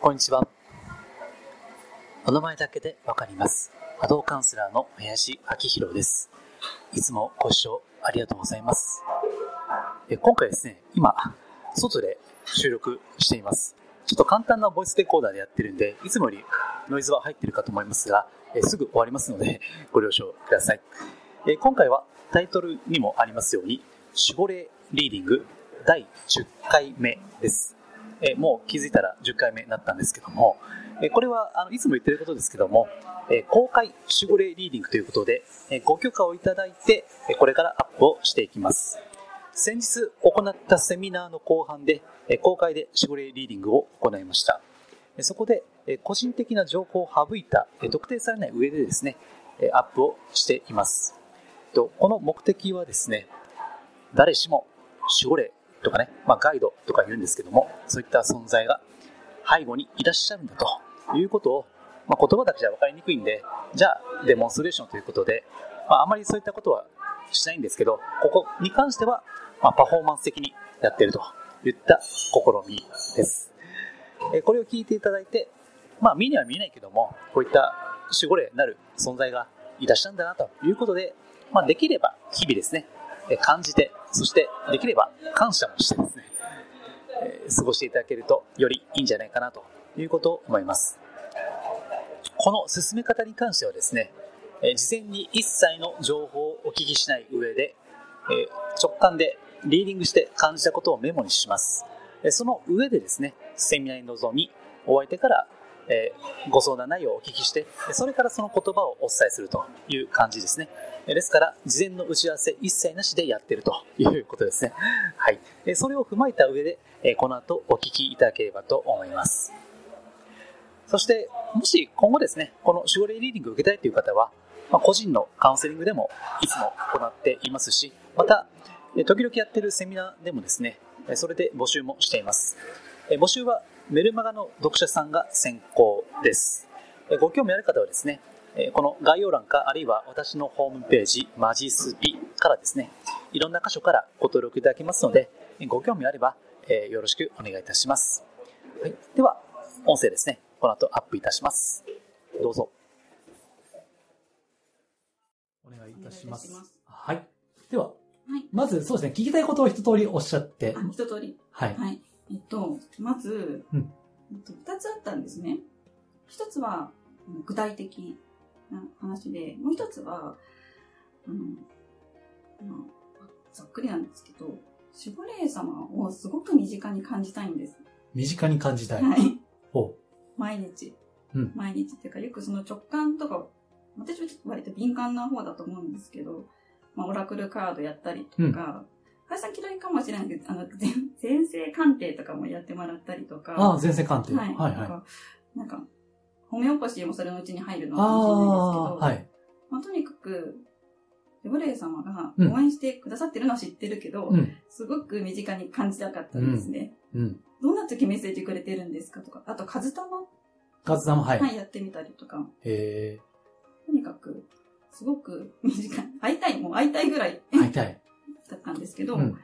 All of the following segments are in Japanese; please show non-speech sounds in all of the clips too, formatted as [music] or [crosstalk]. こんにちは。お名前だけでわかります。波動カウンセラーの林明宏です。いつもご視聴ありがとうございます。え今回ですね、今、外で収録しています。ちょっと簡単なボイスレコーダーでやってるんで、いつもよりノイズは入ってるかと思いますが、えすぐ終わりますので、ご了承ください。え今回はタイトルにもありますように、守護霊リーディング第10回目です。えーもう気づいたら10回目になったんですけども、えーこれはあのいつも言ってることですけども、えー公開守護霊リーディングということで、えーご許可をいただいて、えーこれからアップをしていきます。先日行ったセミナーの後半で、えー公開で守護霊リーディングを行いました。えーそこで、えー個人的な情報を省いた、えー特定されない上でですね、えーアップをしています。とこの目的はですね、誰しも守護霊とかね、まあ、ガイドとか言うんですけども、そういった存在が背後にいらっしゃるんだということを、まあ、言葉だけじゃ分かりにくいんで、じゃあデモンストレーションということで、まあ、あまりそういったことはしないんですけど、ここに関しては、まあ、パフォーマンス的にやってるといった試みです。えーこれを聞いていただいて、まあ、見には見えないけども、こういった守護霊なる存在がいらっしゃるんだなということで、まあ、できれば日々ですね、えー感じて、そしてできれば感謝もしてですね、えー過ごしていただけるとよりいいんじゃないかなということを思います。この進め方に関してはですね、えー事前に一切の情報をお聞きしない上で、えー直感でリーディングして感じたことをメモにします。えーその上でですね、セミナーに臨み、お相手から、えーご相談内容をお聞きして、えそれからその言葉をお伝えするという感じですね。えですから、事前の打ち合わせ一切なしでやってるということですね。はい。えそれを踏まえた上で、えこの後お聞きいただければと思います。そして、もし今後ですね、この守護霊リーディングを受けたいという方は、まあ、個人のカウンセリングでもいつも行っていますし、また、え時々やってるセミナーでもですね、えそれで募集もしています。え募集はメルマガの読者さんが先行です。えご興味ある方はですね、えこの概要欄かあるいは私のホームページ、マジスピからですね、いろんな箇所からご登録いただけますので、えご興味あれば、えよろしくお願いいたします。はい、では、音声ですね、この後アップいたします。どうぞ。お願いいたします。お願いいたしますはい。では、はいまずそうですね、聞きたいことを一通りおっしゃって、あ、一通り。はい。はい。えっと、まず、うんえっと、二つあったんですね。一つは、あの具体的な話で、もう一つは、あの、まあ、ざっくりなんですけど、守護霊様をすごく身近に感じたいんです。身近に感じたい。はい。おう毎日。うん毎日っていうか、よくその直感とかを、私は割と敏感な方だと思うんですけど、まあ、オラクルカードやったりとか、会社嫌いかもしれないけど、あの、前前世鑑定とかもやってもらったりとか、ああ、前世鑑定。ははいい、はい。とあかなんか、ホメオパシーもそれのうちに入るのかあもー、しれはないですけど、い。まあ、とにかく、ブレイ様がうん応援してくださってるのは知ってるけど、うん。すごく身近に感じたかったんですね。うん。どんな時メッセージくれてるんですかとか、あと、カズタマカズダも、はい。はい、やってみたりとか、えとにかく、すごく短い、会いたい、もう会いたいぐらいー、会いたい。だったんですけど、うん。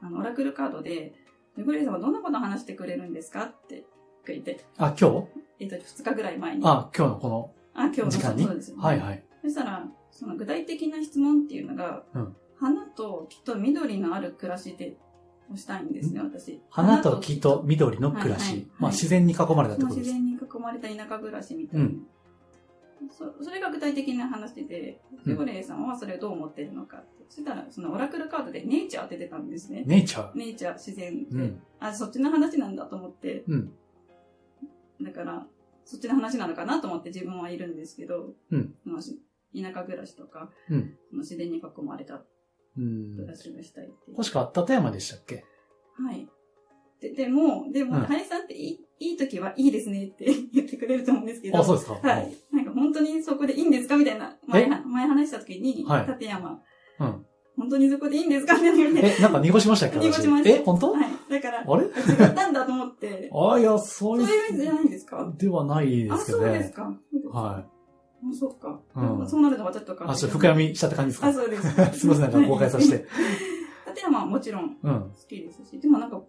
あの、オラクルカードで、グレイさんはどんなこと話してくれるんですかって聞いて、あ、今日えっ、と、2日ぐらい前に、あ、あ、今日のこの今日の時間にそうですよね。はいはい。そしたら、その具体的な質問っていうのが、うん花と木と緑のある暮らしで、をしたいんですね、私。花と木と緑の暮らはいはしい。まあ自然に囲まれたってまあことで自す。然に囲まれた田舎暮らしみたいな、うんそそれが具体的な話でうんジゴレイさんはそれをどう思ってるのかってそしたらそのオラクルカードでネイチャーって出てたんですねネイチャー。ネイチャー自然って、うん。あそっちの話なんだと思ってうん。だからそっちの話なのかなと思って自分はいるんですけど、うんそのし田舎暮らしとか、うんその自然に囲まれたうん暮。らしがしたいっていう、確か、立山でしたっけはいででもでも、うん林さんっていいいい時はいいですねって言ってくれると思うんですけどあ、そうですか。はい。なんか本当にそこでいいんですかみたいな、前えは、前話した時に、はい立山、うん。本当にそこでいいんですかみたいな言われて。え、なんか濁しましたっけ濁私しましたえ、本当はい。だから、あれ違ったんだと思って、あ、いや、そうそういう意味いじゃう、ないんですかではないであ、すけそどうですね。か。はい。い。そっか。うんそうなるのはちょっとか。あ、ちょっと深読みしちゃった感じですあ、か。そうです [laughs] すみません、なんか [laughs] 公開させて。はい。立山はもちろん好うん。きですし、でもなんか、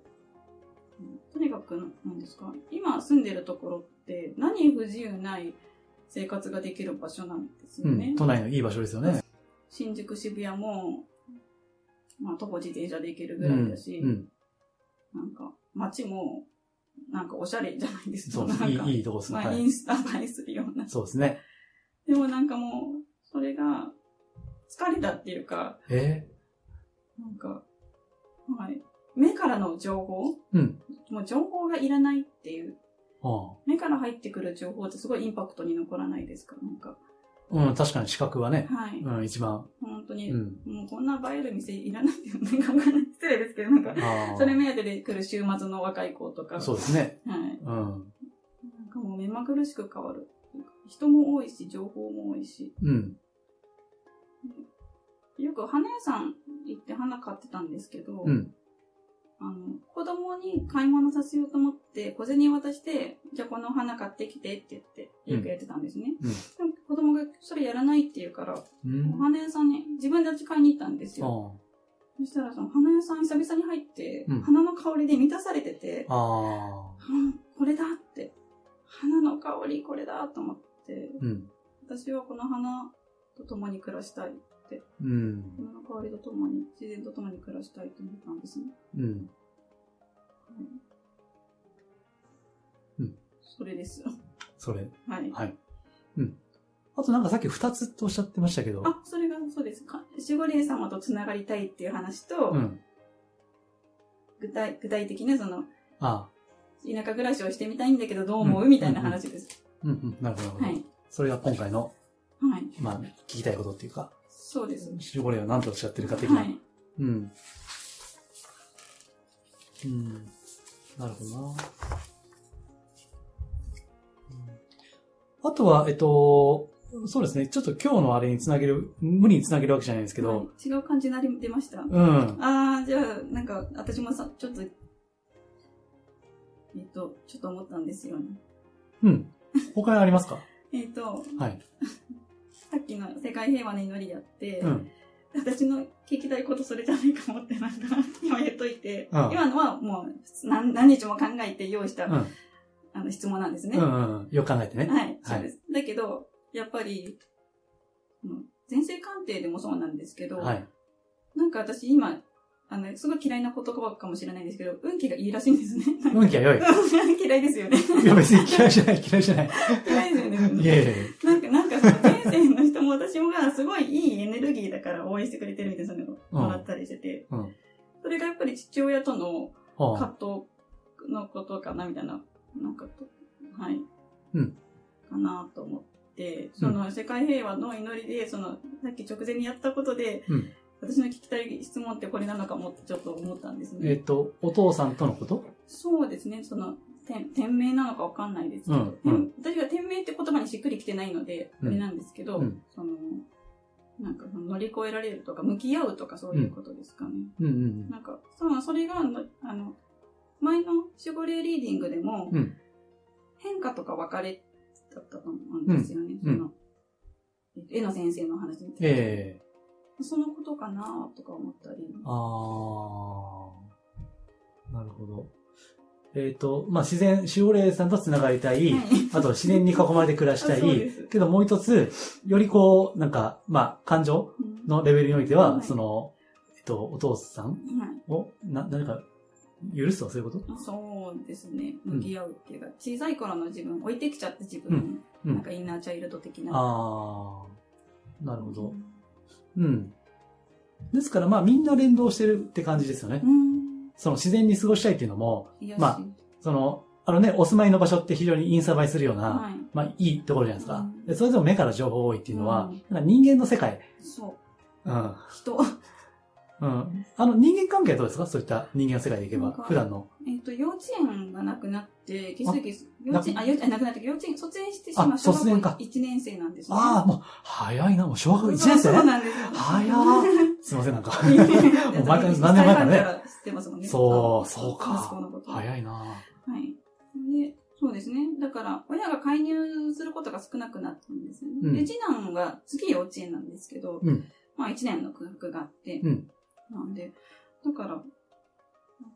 とにかく、なんですか、今住んでるところって、何不自由ない生活ができる場所なんですようね。ん、都内のいい場所ですよね。新宿、渋谷も、まあ、徒歩自転車で行けるぐうらいんだし、うん、なんか、街も、なんかおしゃれじゃないですそか。うなでんすいか、いいいとこですね、まあ、はイい。ンスタ映えするような。そうですね。でもなんかもう、それが、疲れたっていうか、えなんか、はい。目からの情報ー、うん。もう情報がいらないっていう。あ目から入ってくる情報ってすごいインパクトに残らないですかなんか。あうん、確かに視覚はね、はい。うん、一番。本当に、うん。もうこんな映える店いらないっていうのがわかんない失礼ですけど、なんか、ああそれ目当てで来る週末の若い子とか。そうですね。はい。うん。なんかもう目まぐるしく変わる。人も多いし、情報も多いし。うん。よく花屋さん行って花買ってたんですけど、うん。あの、子供に買い物させようと思って、小銭渡して、じゃあこの花買ってきてって言って、うんよくやってたんですね。うんでも子供がそれやらないって言うから、うんお。花屋さんに自分たち買いに行ったんですよ。あそしたらその花屋さん久々に入って、うん花の香りで満たされてて、あ。ああ。うんこれだって、花の香りこれだと思って、うん。私はこの花と共に暮らしたい。うん。花の香りと共に、自然と共に暮らしたいと思ったんですね。うん。うんそれです。それ。はい。はい。うん。あとなんかさっき二つとおっしゃってましたけど。あ、それがそうですか。守護霊様とつながりたいっていう話と、うん。具体具体的なその、ああ。田舎暮らしをしてみたいんだけどどう思う、うんみたいな話です。うんうん。なるほど。なるほどはい。それが今回の、はい。まあ、聞きたいことっていうか、そうです。守護霊は何とおっしゃってるか的な。はい。うん。うん。なるほどな。うんあとは、えっと、そうですね。ちょっと今日のあれにつなげる、無理につなげるわけじゃないですけど、はい違う感じになり出ました。うん。あー、じゃあ、なんか、私もさ、ちょっと、えっと、ちょっと思ったんですよね。うん。他ありますかえっと、はい。さっきの世界平和の祈りやって、うん。私の聞きたいことそれじゃないかもってなんか、今言っといて、うん今のはもう何何日も考えて用意した、うん。あの質問なんですね。うはん、うん。よく考えてね。い、そうです。だけど、やっぱり、うん全生鑑定でもそうなんですけど、はい。なんか私今、あの、すごい嫌いな言葉かもしれないんですけど、運気がいいらしいんですね。運気は良い。 [laughs] 嫌いですよね。いや、別に嫌いじゃない、嫌いじゃない。嫌いですよね。いやいやいや。なんか、なんかその前世の人も私もがすごいいいエネルギーだから応援してくれてるみたいなのをもらったりしてて、うんうんそれがやっぱり父親とのああ葛藤のことかなみたいな、なんかと、はい。うんかなと思って、その世界平和の祈りで、その、さっき直前にやったことで、うん私の聞きたい質問ってこれなのかもってちょっと思ったんですえね。っと、お父さんとのことそうですね、その、天天命なのかわかんないですけど、うんうん天私は天命って言葉にしっくりきてないので、うんあれなんですけど、うんその、なんかその乗り越えられるとか、向き合うとかそういうことですかね。うんうんなんか、そう、それが、のあの、前の守護霊リーディングでも、うん変化とか別れだったと思うんですよね。うんその、絵の先生の話についてええそのことかなとか思ったり。ああ。なるほど。えっ、と、まあ、自然、守護霊さんと繋がりたい。はいあと、自然に囲まれて暮らしたあそういです。けど、もう一つ、よりこう、なんか、まあ、感情うんのレベルにおいては、はいその、えっと、お父さんはいを、な、何か、許すとかそういうことそうですね。うん向き合うっていうか、小さい頃の自分、置いてきちゃった自分、うんうんなんかインナーチャイルド的な。ああ。なるほど。うん。ですから、まあ、みんな連動してるって感じですよねう。ん。その、自然に過ごしたいっていうのも、癒やし。まあその、あのね、お住まいの場所って非常にインスタ映えするような、はい。まあ、いいところじゃないですか。うんでそれでも目から情報多いっていうのは、うんなんか人間の世界。そう。うん。人。 [laughs] うん。あの、人間関係はどうですかそういった人間の世界でいけばなんか、普段の。えっ、と、幼稚園がなくなって、気づき、幼稚園、なあ、幼稚園、なくなって、幼稚園、卒園してしあま小卒園学か校1年生なんですね。ああ、もう、早いな、もう小学そ校1う、年そう生なんですよ。早 [laughs] っ。すいません、なんか。もう毎回何毎年前からね。知ってますもんね。そうそうか息子のこと。早いなはい。で、そうですね。だから、親が介入することが少なくなったんですよね。うんで、次男は次幼稚園なんですけど、うんまあ1年の空白があって、うんなんで、だから、なん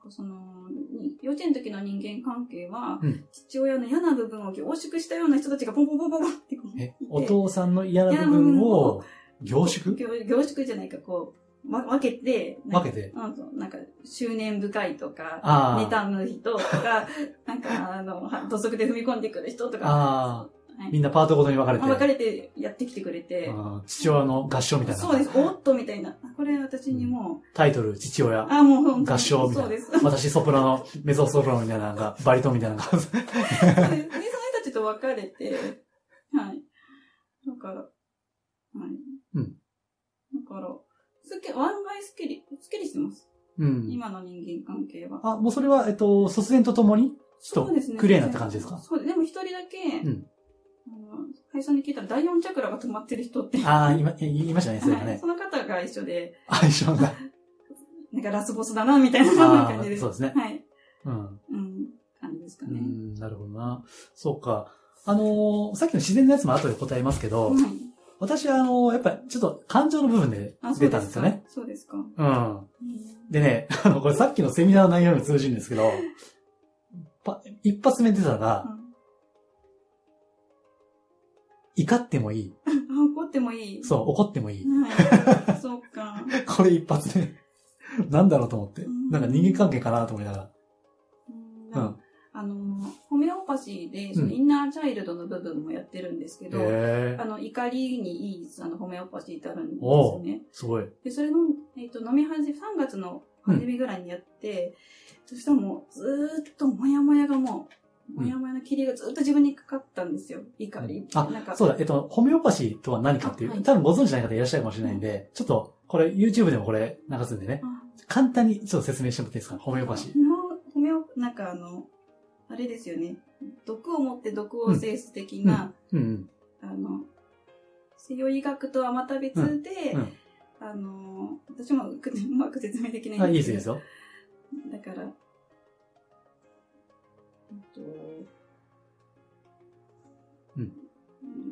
かその、に幼稚園の時の人間関係は、うん父親の嫌な部分を凝縮したような人たちがポンポンポンポンポンってこうえいてお父さんの嫌な部分を凝縮凝凝縮じゃないか、こう、わ分けて、なん分かけて。うんそうなんか、執念深いとか、ああ。妬む人とか、なんか、あの、は土足で踏み込んでくる人とか、あはあ。いみんなパートごとに分かれて。分かれてやってきてくれて、あー父親の合唱みたいそうでな。す、おっとみたいな。あこれ私にもタイトル、父親う、。あ、もう本当合に唱みたいなそうです。私ソプラノ、メゾソプラノみたいな、なんか、バリトンみたいな感じ。で、その人たちと別れて、はい。だから、はい。うん。だから、すっきり、案外すっきり、すっきりしてます。 [laughs] うん。今の人間関係は。あ、もうそれは、えっと、卒然とともにとそうですね。クリアになった感じですかそう、でも一人だけ、うんあの最初に聞いたら第四チャクラが止まってる人って、ああ、今、言いましたね、それははいね。その方が一緒で、 [laughs] 相性が。なんかラスボスだな、みたいなあ感じあ、です。そうですね。はい。うん。うん。感じですかうね。ん、なるほどな。そうか。あのーさっきの自然のやつも後で答えますけど、はい。私はあのーやっぱりちょっと感情の部分であ、そう出でたんすですよかね。。そうですか。うん。うんでね、 [laughs] あの、これさっきのセミナーの内容にも通じるんですけど、ぱ一発目出たのが、怒ってもいい。あ、怒ってもいい。そう、怒ってもいい。はい。 [laughs] そうか。これ一発目。なんだろうと思って。なんか人間関係かなと思いながうんら。うん。あの、ホメオパシーで、そのうんインナーチャイルドの部分もやってるんですけど、へえあの、怒りにいい、あの、ホメオパシーってあるんですおようね。すごい。で、それの、えっ、と、飲み始め、3月の初めぐらいにやって、そしたらもう、ずーっともやもやがもうう、んもやもやの霧がずーっと自分にかかったんですよ。怒り。あなんかそうだ、えっと、ホメオパシーとは何かっていはう、い多分ご存知ない方いらっしゃるかもしれないんで、ちょっと、これ YouTube でもこれ流すんでね、あ簡単にちょっと説明してもらっていいですかホメオパシー。ホメオ、なんかあの、あれですよね。毒を持って毒を制す的な、うんあの、西洋医学とはまた別で、うんうんあの、私もうくうまく説明できなういん。あ、いいですよ、いいですよ。だから、えっと、うん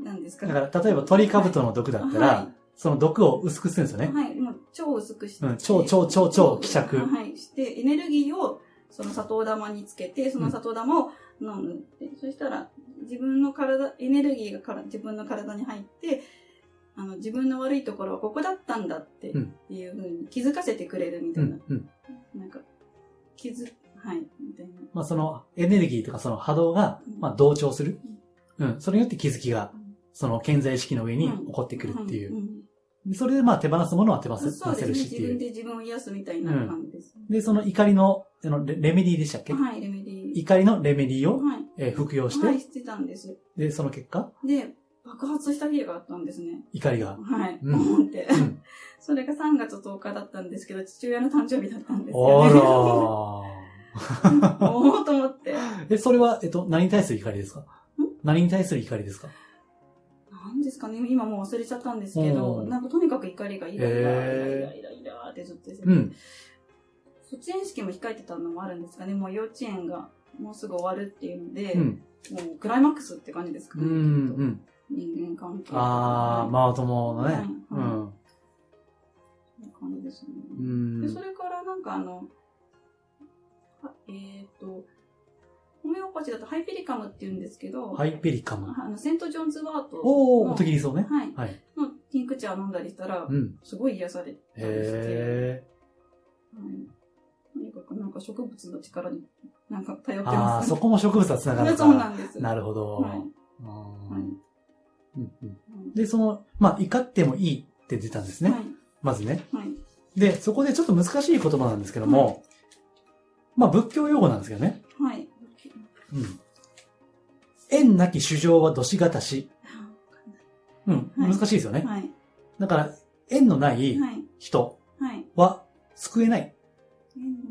何ですかだから、例えば鳥カブトの毒だったらは、その毒を薄くするんですよい、ね。はい、もう超薄くして、うん超超超超希釈はい、して、エネルギーをその砂糖玉につけて、その砂糖玉を飲む。でそしたら、自分の体、エネルギーがから自分の体に入って、あの自分の悪いところはここだったんだってうんいうふうに気づかせてくれるみうたいな。ん、うん。なんか、気づ、はい、みたいな。まあ、そのエネルギーとかその波動が、まあ、同調する。うん。それによって気づきが、その健在意識の上に起こってくるっていう。んでそれで、まあ、手放すものは手放うんせそう出せですね。るしって自い分う。で自分を癒すみたいな感じです。で、その怒りの、あのレレメディーでしたっけはい、レメディー。怒りのレメディーを、はい。えー服用して、はい、してたんです。で、その結果、で、爆発した日があったんですね。怒りが。はい。うん思ってうん。 [laughs] それが3月10日だったんですけど、父親の誕生日だったんですよ、ね。あら [laughs] おおと思って。らー。え、それは、えっと、何に対する怒りですか何に対する怒りですかなんですかね、今もう忘れちゃったんですけど、うんなんかとにかく怒りがイライラ、イライラ、イライラってずっとしててうん。卒園式も控えてたのもあるんですかね、もう幼稚園がもうすぐ終わるっていうので、うん。もうクライマックスって感じですかうん。うね。きっとん。人間関係とかあー、ママ友のね。うはいん。そういう感じですね。うでそん。れからなんかあの、はえっ、と、ホメオパチだとハイピリカムって言うんですけど、ハイペリカム。あのセント・ジョンズ・ワートおー、のおとぎりそうね。はい、はい。のティンクチャー飲んだりしたら、うん。すごい癒されたりして、へはい、とにかくなんか植物の力になんかー。頼ってあまー、す、そこも植物は繋がるそうかなんです。ら。なるほどはい。うはいんうんうんうんで、その、まあ、怒ってもいいって出たんですね。はいまずね。はいで、そこでちょっと難しい言葉なんですけども、まあ、仏教用語なんですけどね。はい。うん。縁なき主情はどしがたし。うん。はい難しいですよね。はい。だから、縁のないはい。人はい。は救えない。縁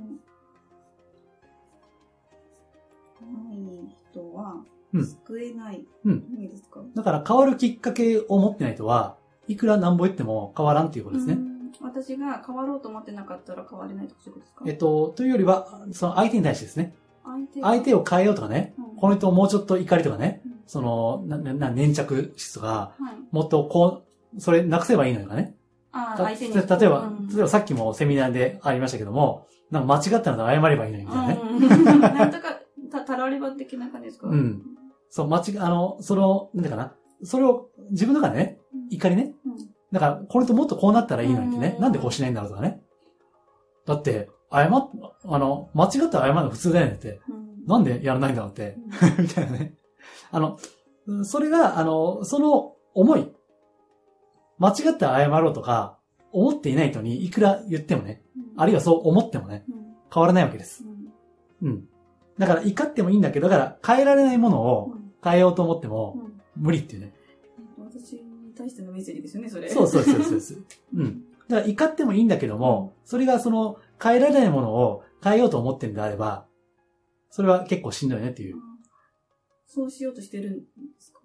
のない人はうん救えない。うん何ですかだから、変わるきっかけを持ってない人は、いくらなんぼ言っても変わらんっていうことですね。うん私が変わろうと思ってなかったら変われないとかそういうことですかえっと、というよりは、その相手に対してですね。相手相手を、を変えようとかね。うんこの人をもうちょっと怒りとかね。うんその、な、な、な粘着質とか、はい。もっとこう、それなくせばいいのとかね。ああ、た相手に。例えばう、ん例えばさっきもセミナーでありましたけども、なんか間違ったのら謝ればいいのにみたいなね。うん。なんとか、た、たられば的な感じですかうん。そう、間違、あの、その、なんていうかな。それを、自分の中でね、怒りね。うんだから、これともっとこうなったらいいのにってね。うんなんでこうしないんだろうとかね。だって、謝っ、あの、間違って謝るの普通だよねって。うんなんでやらないんだろうって。 [laughs] みたいなね。あの、うんそれが、あの、その思い。間違って謝ろうとか、思っていない人にいくら言ってもね、あるいはそう思ってもね、うん変わらないわけです。うんうん。だから怒ってもいいんだけど、だから変えられないものをうん変えようと思ってもうん無理っていうね。私に対してのメッセージですよね、それ。そうそうそうそう [laughs] そう。うん。だから怒ってもいいんだけども、それがその変えられないものを変えようと思ってるんであれば、それは結構しんどいねっていう。そうしようとしてるんですか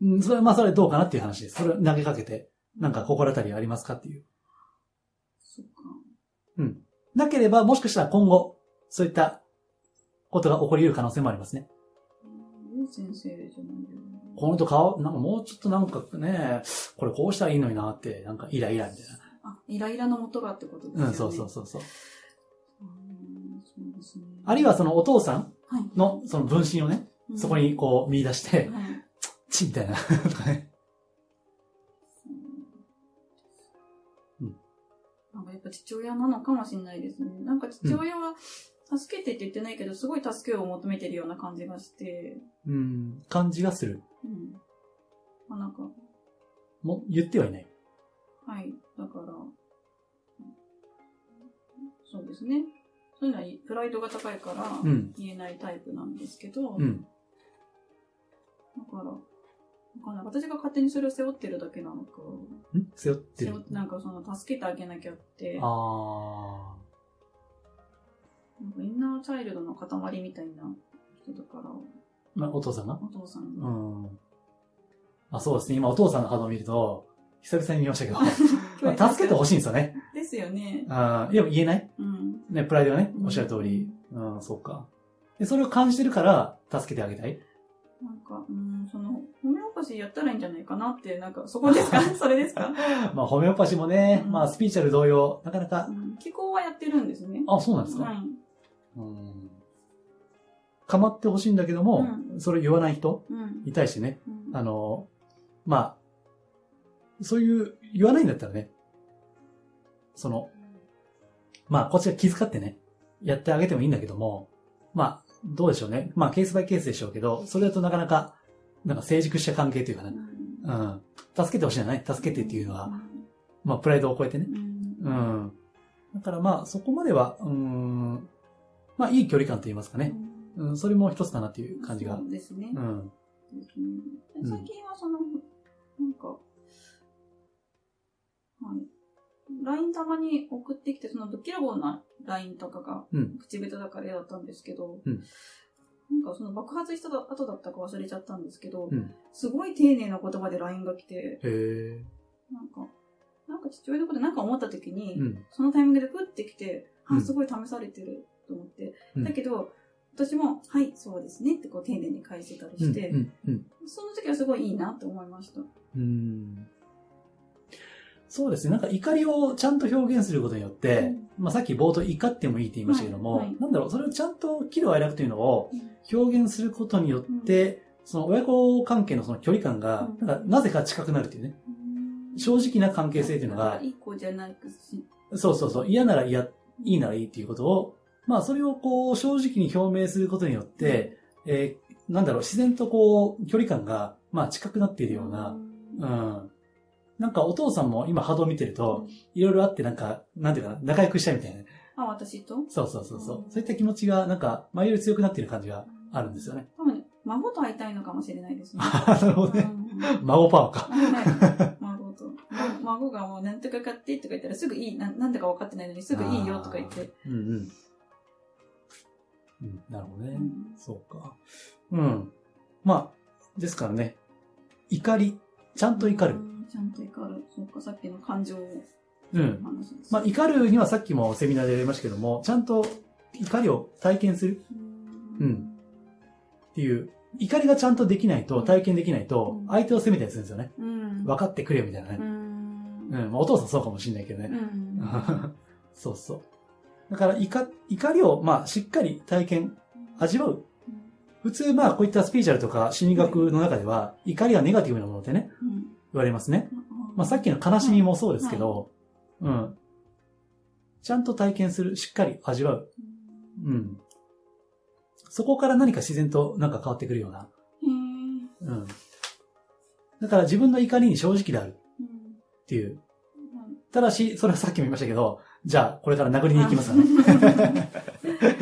私うん、それはまあそれどうかなっていう話です。それを投げかけて、なんか心当たりありますかっていう。そっか。なければ、もしかしたら今後、そういったことが起こり得る可能性もありますね。うん先生じゃないよね。この人顔、なんかもうちょっとなんかね、これこうしたらいいのになって、なんかイライラみたいあ、イライラの元がってことですよな。ね。うん、そうそうそうそう。うんそうですね。あるいはそのお父さんはい、のその分身をね、うんそこにこう見出して、はいチッみたいな、とかね。うんなんかやっぱ父親なのかもしれないですね。なんか父親は助けてって言ってないけど、すごい助けを求めてるような感じがして、うん、感じがする。うん。まあなんか、も、言ってはいない。はい。だから、そうですね。そういうのはプライドが高いからうん、言えないタイプなんですけど、うだん。から、わかんない私が勝手にそれを背負ってるだけなのか、ん背負って背る負っ。てなんかその助けてあげなきゃって、あなんかインナーチャイルドの塊みたいな人だから、ー。まあ、お父さんがお父さんうが。ん。あ、そうですね。今お父さんの肌を見ると、久々に見ま [laughs] したけど、まあ助けてほししいんですよね。い。ですよね。あーでも言えないうん。ね、プライドがねう、んおっしゃる通り。うん、そうか。で、それを感じてるから、助けてあげたい。なんか、うん、その、褒めおこしやったらいいんじゃないかなって、なんか、そこ [laughs] ですかそれですか、まあ、ホメオパシーもね、うんまあ、スピーチャル同様、なかなかう、ん、気候はやってるんですね。あ、そうなんですはか。い。うん。構ってほしいんだけども、それを言わない人うん。に対してね、うんあの、まあ、そういう、言わないんだったらね、その、まあ、こっちが気遣ってね、やってあげてもいいんだけども、まあ、どうでしょうね。まあ、ケースバイケースでしょうけど、それだとなかなか、なんか成熟した関係というかね、うん。助けてほしいじゃない助けてっていうのは、、まあ、プライドを超えてねう。ん。うん。だからまあ、そこまでは、うーん、まあ、いい距離感と言いますかね。うん、それも一つかなっていう感じがそ。うですね。うん。うん最近はその、なんか、はい。LINE たまに送ってきて、そのぶっきらぼうな LINE とかがうん、口下手だから嫌だったんですけど、うんなんかその爆発した後だったか忘れちゃったんですけど、うんすごい丁寧な言葉で LINE が来て、へえ。なんか、なんか父親のことなんか思った時に、うん。そのタイミングでプってきて、うあ、んすごい試されてると思って、うんだけど、私も、はい、そうですねってこう丁寧に返してたりして、うん、うん、うん。その時はすごいいいなと思いました。うんそうですね。なんか怒りをちゃんと表現することによって、うんまあさっき冒頭怒ってもいいって言いましたけども、はいはいなんだろう、それをちゃんと喜怒哀楽というのをうん表現することによって、その親子関係のその距離感が、うんなんかなぜか近くなるっていうね、正直な関係性というのだかがら、いい子じゃなくし、そうそうそう、嫌なら嫌、いいならいいっていうことを、まあそれをこう正直に表明することによって、えーなんだろう、自然とこう距離感が、まあ近くなっているような、うん。なんかお父さんも今波動見てると、いろいろあってなんか、なんていうかな、仲良くしたいみたいな。あ、私とそうそうそうそう。うんそういった気持ちが、なんか、前より強くなってる感じがあるんですよね。 [laughs] 多分、孫と会いたいのかもしれないですね。なるほどね。孫パワーか。うんはい孫と。孫がもう、なんとか買ってとか言ったら、すぐいい、なんなんだか分かってないのに、すぐいいよとか言って。うんうん。うん、なるほどね。うんそうか。うん。まあ、ですからね、怒り、ちゃんと怒るう。んちゃんと怒る。そうか、さっきの感情のうん。話です。まあ、怒るにはさっきもセミナーでやりましたけども、ちゃんと怒りを体験する。ううんん。っていう、怒りがちゃんとできないと、体験できないとう、ん相手を責めたりするんですよね。うん。分かってくれよみたいなうね。ん [laughs] うん、まあお父さんそうかもしれないけどね。うんそうそう。だから、いか怒りを、まあ、しっかり体験、味わう。普通、まあ、こういったスピーチャルとか心理学の中では、怒りはネガティブなものってね、うん言われますね。 [laughs] まあ、さっきの悲しみもそうですけど、うん。ちゃんと体験する、しっかり味わう。うん。そこから何か自然となんか変わってくるような。へーうん。だから自分の怒りに正直であるうんっていう。なるただし、それはさっきも言いましたけど、じゃあ、これから殴りに行きます [laughs] からね。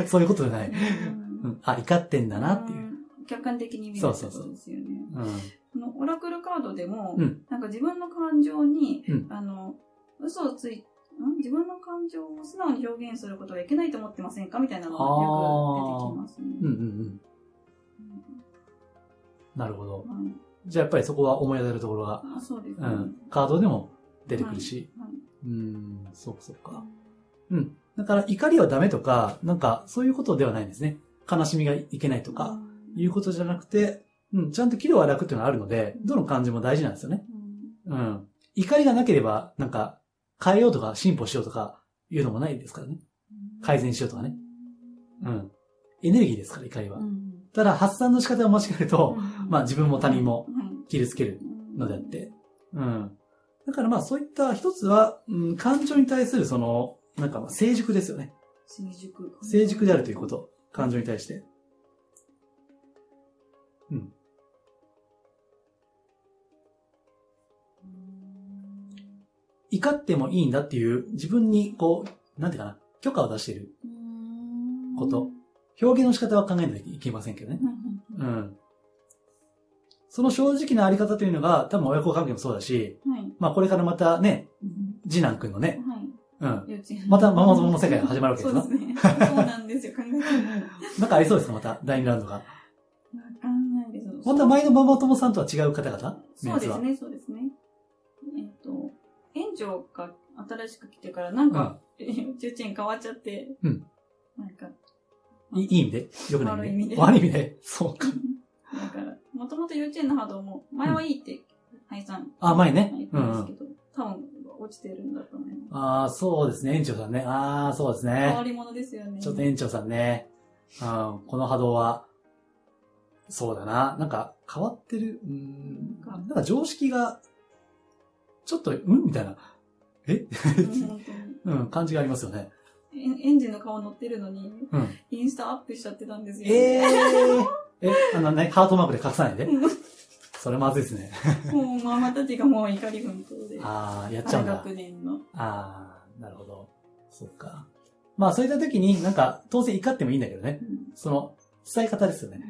そういうことじゃない。うん [laughs] うん。あ、怒ってんだなっていう。うん客観的に見るってことですよね。うん。このオラクルカードでも、うんなんか自分の感情に、うんあの、嘘をつい、ん自分の感情を素直に表現することはいけないと思ってませんかみたいなのがよく出てきますね。うんうんうん。なるほど。うんはいじゃあ、やっぱりそこは思い当たるところが、あそうですうね。ん。カードでも出てくるし。はい。うん、そうかそうか。うん。だから、怒りはダメとか、なんか、そういうことではないんですね。悲しみがいけないとか、うん、いうことじゃなくて、うん、ちゃんと喜怒は楽っていうのがあるので、どの感じも大事なんですよね。ううんん。怒りがなければ、なんか、変えようとか、進歩しようとか、いうのもないですからね。改善しようとかね。うん。エネルギーですから、怒りは。うんただ、発散の仕方を間違えると、まあ、あ自分も他人もはい傷つけるのであって。うん。だからまあ、そういった一つは、うん、感情に対するその、なんかまあ成熟ですよね。成熟。成熟であるということ。感情に対して。怒ってもいいんだっていう、自分にこう、なんていうかな、許可を出している。うんこと。表現の仕方は考えないといけませんけどねう。んうん。その正直なあり方というのが、多分親子関係もそうだし、はい。まあこれからまたね、うん次男くんのね、はうい。ん。幼稚園またママ友の世界が始まるわけですなそうですね。そうなんですよ。考えてもなんかありそうですか、また、第2ラウンドが。わかんないです。 [laughs] また前のママ友さんとは違う方々そメンうですツはね、そうですね。えっと、園長が新しく来てから、なんか、 [laughs] 幼稚園変わっちゃって、うんなんか、いいい意味でよくない意味で悪悪い意味でそうか。だから、もともと幼稚園の波動も、前はいいって、はいさん。あ前ね言ってますけど、多分落ちてるんだと思います。ああ、そうですね、園長さんね。ああ、そうです変わね。り者ですよね。ちょっと園長さんね。うん、この波動は、そうだな。なんか変わってる。うん。なんか常識が、ちょっと、うんみたいな、えうん本当 [laughs] にうん、感じがありますよね。えエンジンの顔乗ってるのに、うん。インスタアップしちゃってたんですよ。ええー。え、あのね、ハートマークで隠さないで。それまずいですね。もうママたちがもう怒り奮闘で。ああ、やっちゃう大んだ。学年の。ああ、なるほど。そっか。まあそういった時に、なんか、当然怒ってもいいんだけどね。その、伝え方ですよね。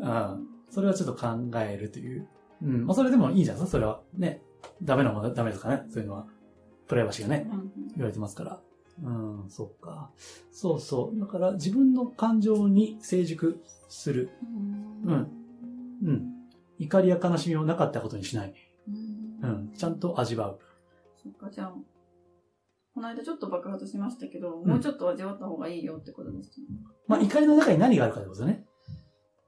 うんそれはちょっと考えるという。うん。まあそれでもいいじゃん、それは。ね。ダメなものはダメですかね。そういうのは。プライバシーがね、言われてますから。うん、そっか。そうそう。だから自分の感情に成熟する。うんうん。怒りや悲しみをなかったことにしない。うんうん。ちゃん。と味わう。そっか、じゃあ、この間ちょっと爆発しましたけど、んもうちょっと味わった方がいいよってことですね。まあ怒りの中に何があるかってことだね。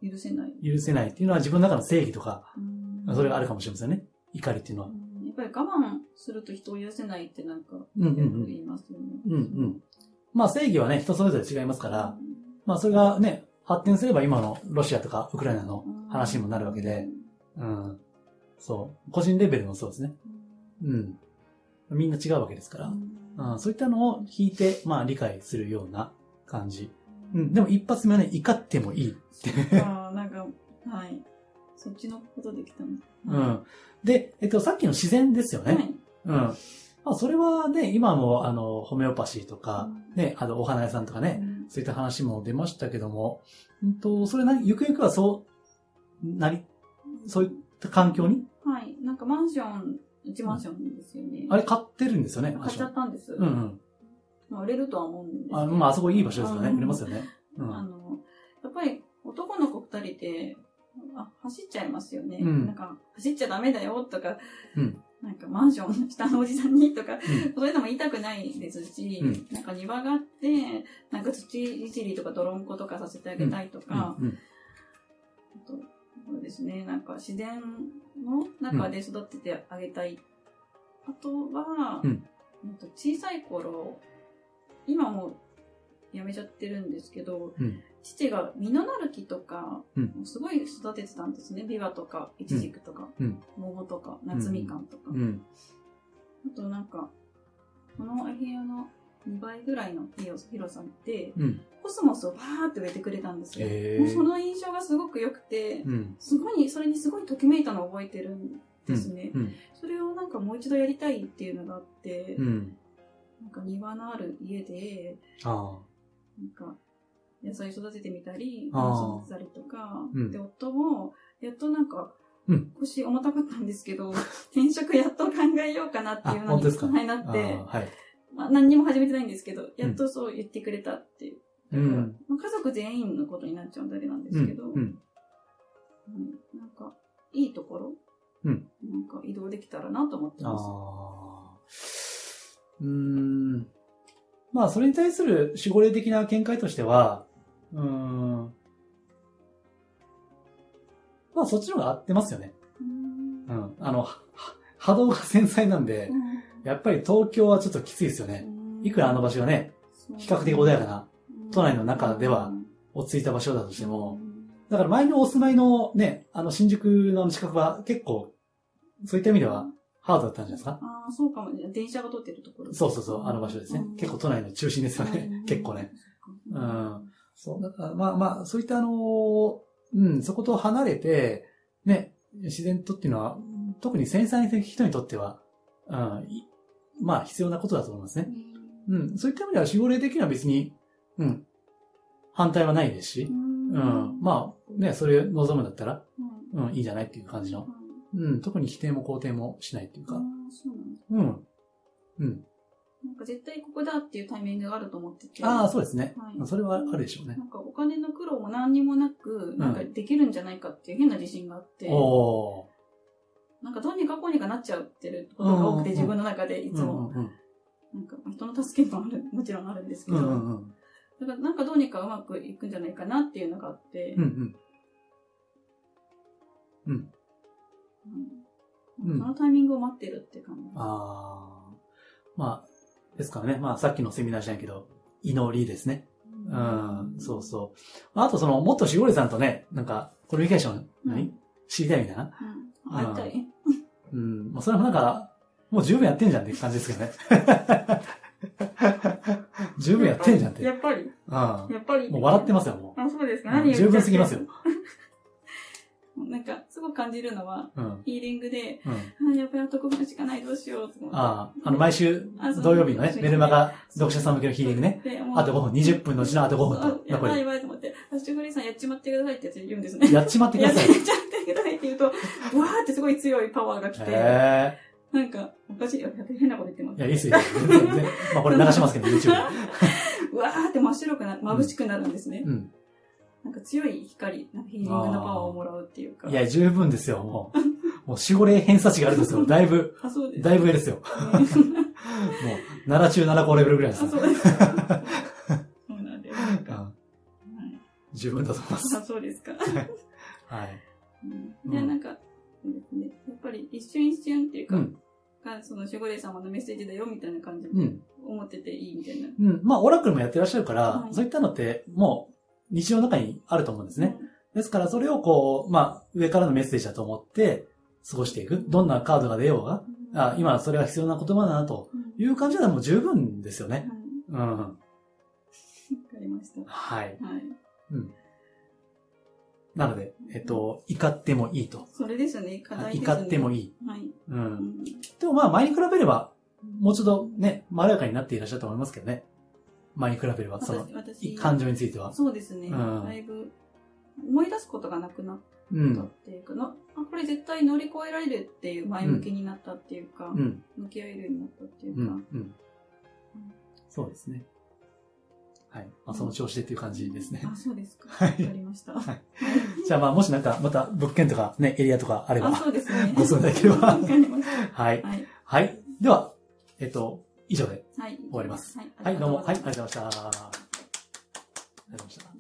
許せない。許せないっていうのは自分の中の正義とか、うんそれがあるかもしれませんね。怒りっていうのはう。んやっぱり我慢すると人を許せないってなんか、ようんうんうくん。言いますよね。うんうん。まあ正義はね、人それぞれ違いますか、、からまあそれがね、発展すれば今のロシアとかウクライナのうん話にもなるわけで、。うん。そう。個人レベルもそうですね。うん。みんな違うわけですかうら、んうん、そういったのを引いて、まあ理解するような感じ。うん。でも一発目はね、怒ってもいい。そっか、なんか、はい。そっちのことできたんです。うはん。で、えっと、さっきの自然ですよい。ね。うん。まあ、それはね、今も、あの、ホメオパシーとか、ね、あの、お花屋さんとかうね、んそういった話も出ましたけども、うんと、それな、ゆくゆくはそう、なり、そういった環境に、はい。なんかマンション、うちマンションですよね。あれ買ってるんですよね、買っちゃったんです。うんうん。まあ、売れるとは思うんですけど。あまあ、あそこいい場所ですよね、うん売れますよね。うあん。の、やっぱり男の子二人って、あ、走っちゃいますよね。うんなんか、走っちゃダメだよとか、うんなんかマンションの下のおじさんにとか、んそういうのも言いたくないですし、うんなんか庭があって、なんか土いじりとか泥んことかさせてあげたいとか、うんうんあとそうですね、なんか自然の中で育ててあげたい。あとは、うんうんと小さい頃、今も辞めちゃってるんですけど、うん父が実のなる木とか、うんもうすごい育ててたんですね。ビワとか、イチジクとか、うん桃とか、夏みかんとか。うん。あとなんか、このお部屋の2倍ぐらいの広広さで、うん。コスモスをバーって植えてくれたんですよ。えもうその印象がすごく良くて、うん。すごい、それにすごいときめいたのを覚えてるんですね。うん。それをなんかもう一度やりたいっていうのがあって、うん。なんか庭のある家で、ああ。なんか野菜育ててみたり、あー花育てたりとか、うんで、夫も、やっとなんか、うん腰重たかったんです [laughs] けど、転職やっと考えようかなっていうあの本に、当ですかはい、なっあてあ、、はい。まあ、何にも始めてないんですけど、やっとそう言ってくれたっていう。うだからん。まあ、家族全員のことになっちゃうんであれなんでうすけど、ん。うん。うんなんか、いいところ、うんなんか移動できたらなと思ってあます。あ。うーん。まあ、それに対する守護霊的な見解としては、うーん。まあ、そっちの方が合ってますよね。うーんうん。あの、はは波動が繊細なんで、やっぱり東京はちょっときついですよね。いくらあの場所がね、比較的穏やかな、都内の中では落ち着いた場所だとしても、だから前のお住まいのね、あの新宿のあの近くは結構、そういった意味ではハードだったんじゃないですかああ、そうかもね。電車が通ってるところ。そうそうそう、あの場所ですね。結構都内の中心ですよねう [laughs] ん。結構ね。。そっうかん。そう、だからまあまあ、そういったあのーうん、そこと離れて、ね、自然とっていうのは、特に繊細に人にとっては、うん、いまあ必要なことだと思いますね。うん、そういった意味では守護霊的には別に、うん、反対はないですし、う、うんあ、まあね、それ望むんだったら、うんうん、いいんじゃないっていう感じの、うん、特に否定も肯定もしないっていうあかー、そうなんだうん、うん、なんか絶対ここだっていうタイミングがあると思ってて。ああ、そうですねはい。それはあるでしょうねな。んかお金の苦労も何にもなく、なんかできるんじゃないかっていう変な自信があって、おー。なんかどうにかこうにかなっちゃうってることが多くて、うん自分の中でいつも、うんなんか人の助けもある、もちろんあるんですけうど、んうんうんだからなんかどうにかうまくいくんじゃないかなっていうのがあって、うんうんうんうんそのタイミングを待ってるって感じ。あーまあ、ですからね、まあさっきのセミナーじゃないけど、祈りですね。うん、そうそう。あとその、もっとしおりさんとね、なんか、コミュニケーションうん。何、知りたいみたいな。うん。会いたい。うん、まあそれもなんか、もう十分やってんじゃんって感じですけどね。 [laughs] 十分やってんじゃんって。うやっぱり、ん。やっぱり。もう笑ってますよ、もあ、そうですか。何う。十分すぎますよ。。なんか、すごく感じるのは、うん。ヒーリングで、うん。あやっぱり男分しかない、どうしようと思って。ああ、あの、毎週あそう土曜日のね、メルマガそう読者さん向けのヒーリングね。。でもうあと5分、20分のうちのあと5あ分と、やばい残やり。ばいと思って、アッシュグリーさんやっちまってくださいってやつ言うんですね。やっちまってくやだっちゃさっい。てくださいって言うと、わーってすごい強いパワーが来て、へなんか、おかしいよ。変なこと言ってまえ。いすや、いいっすよ。全然全然まあ、これ流しますけど、YouTube。わーって真っ白くな、眩しくなるんですね。 [laughs] うん。なんか強い光、なんかヒーリングのパワーをもらうっていうか。いや、十分ですよ、もう。もう、守護霊偏差値があるんですよ。だいぶ、あ、そうです。だいぶ上ですよ。ねもう、[laughs] 7中7高レベルぐらいですあ、よ。そ [laughs] うです。そうなんで。なんうかんはい十分だと思います。あ、そうですか。はい。うんで、なんか、そうですねやっぱり一瞬一瞬っていううか、ん。がその守護霊様のメッセージだよみたいな感じでうん。思ってていいみたいな。うん。まあ、オラクルもやってらっしゃるから、はいそういったのって、もう、日常の中にあると思うんですね。ですから、それをこう、まあ、上からのメッセージだと思って、過ごしていく。どんなカードが出ようが、うん。あ今それが必要な言葉だな、とうん、いう感じでもう十分ですよはい。ね。わうん。かりました。ははい。い。なので、えっと、怒ってもいいと。それですね、課題ですね。怒ってもいいい。い。はい。う。うんんでもまあ、前に比べれば、もうちょっとね、まろやかになっていらっしゃると思いますけどね。前に比べれば、その私、、私感情については。そうですね。うんだいぶ、思い出すことがなくなっうったっん。ていうか、なあこれ絶対乗り越えられるっていう前向きになったっていうか、うん。向き合えるようになったっていううか、ん。うん。そうですね。はい。まあ、その調子でっていう感じですね。あそうですか、はわいかりました、いじゃあまあ、もしなんか、また物件とかね、エリアとかあれあば。そうですねご相談いただければ [laughs] わかりましたはい。はい、はい。では、えっと、以上で。はい、終わりますはい、はい、どうも。はい、ありありがとうございがまとうございました。ありがとうございました。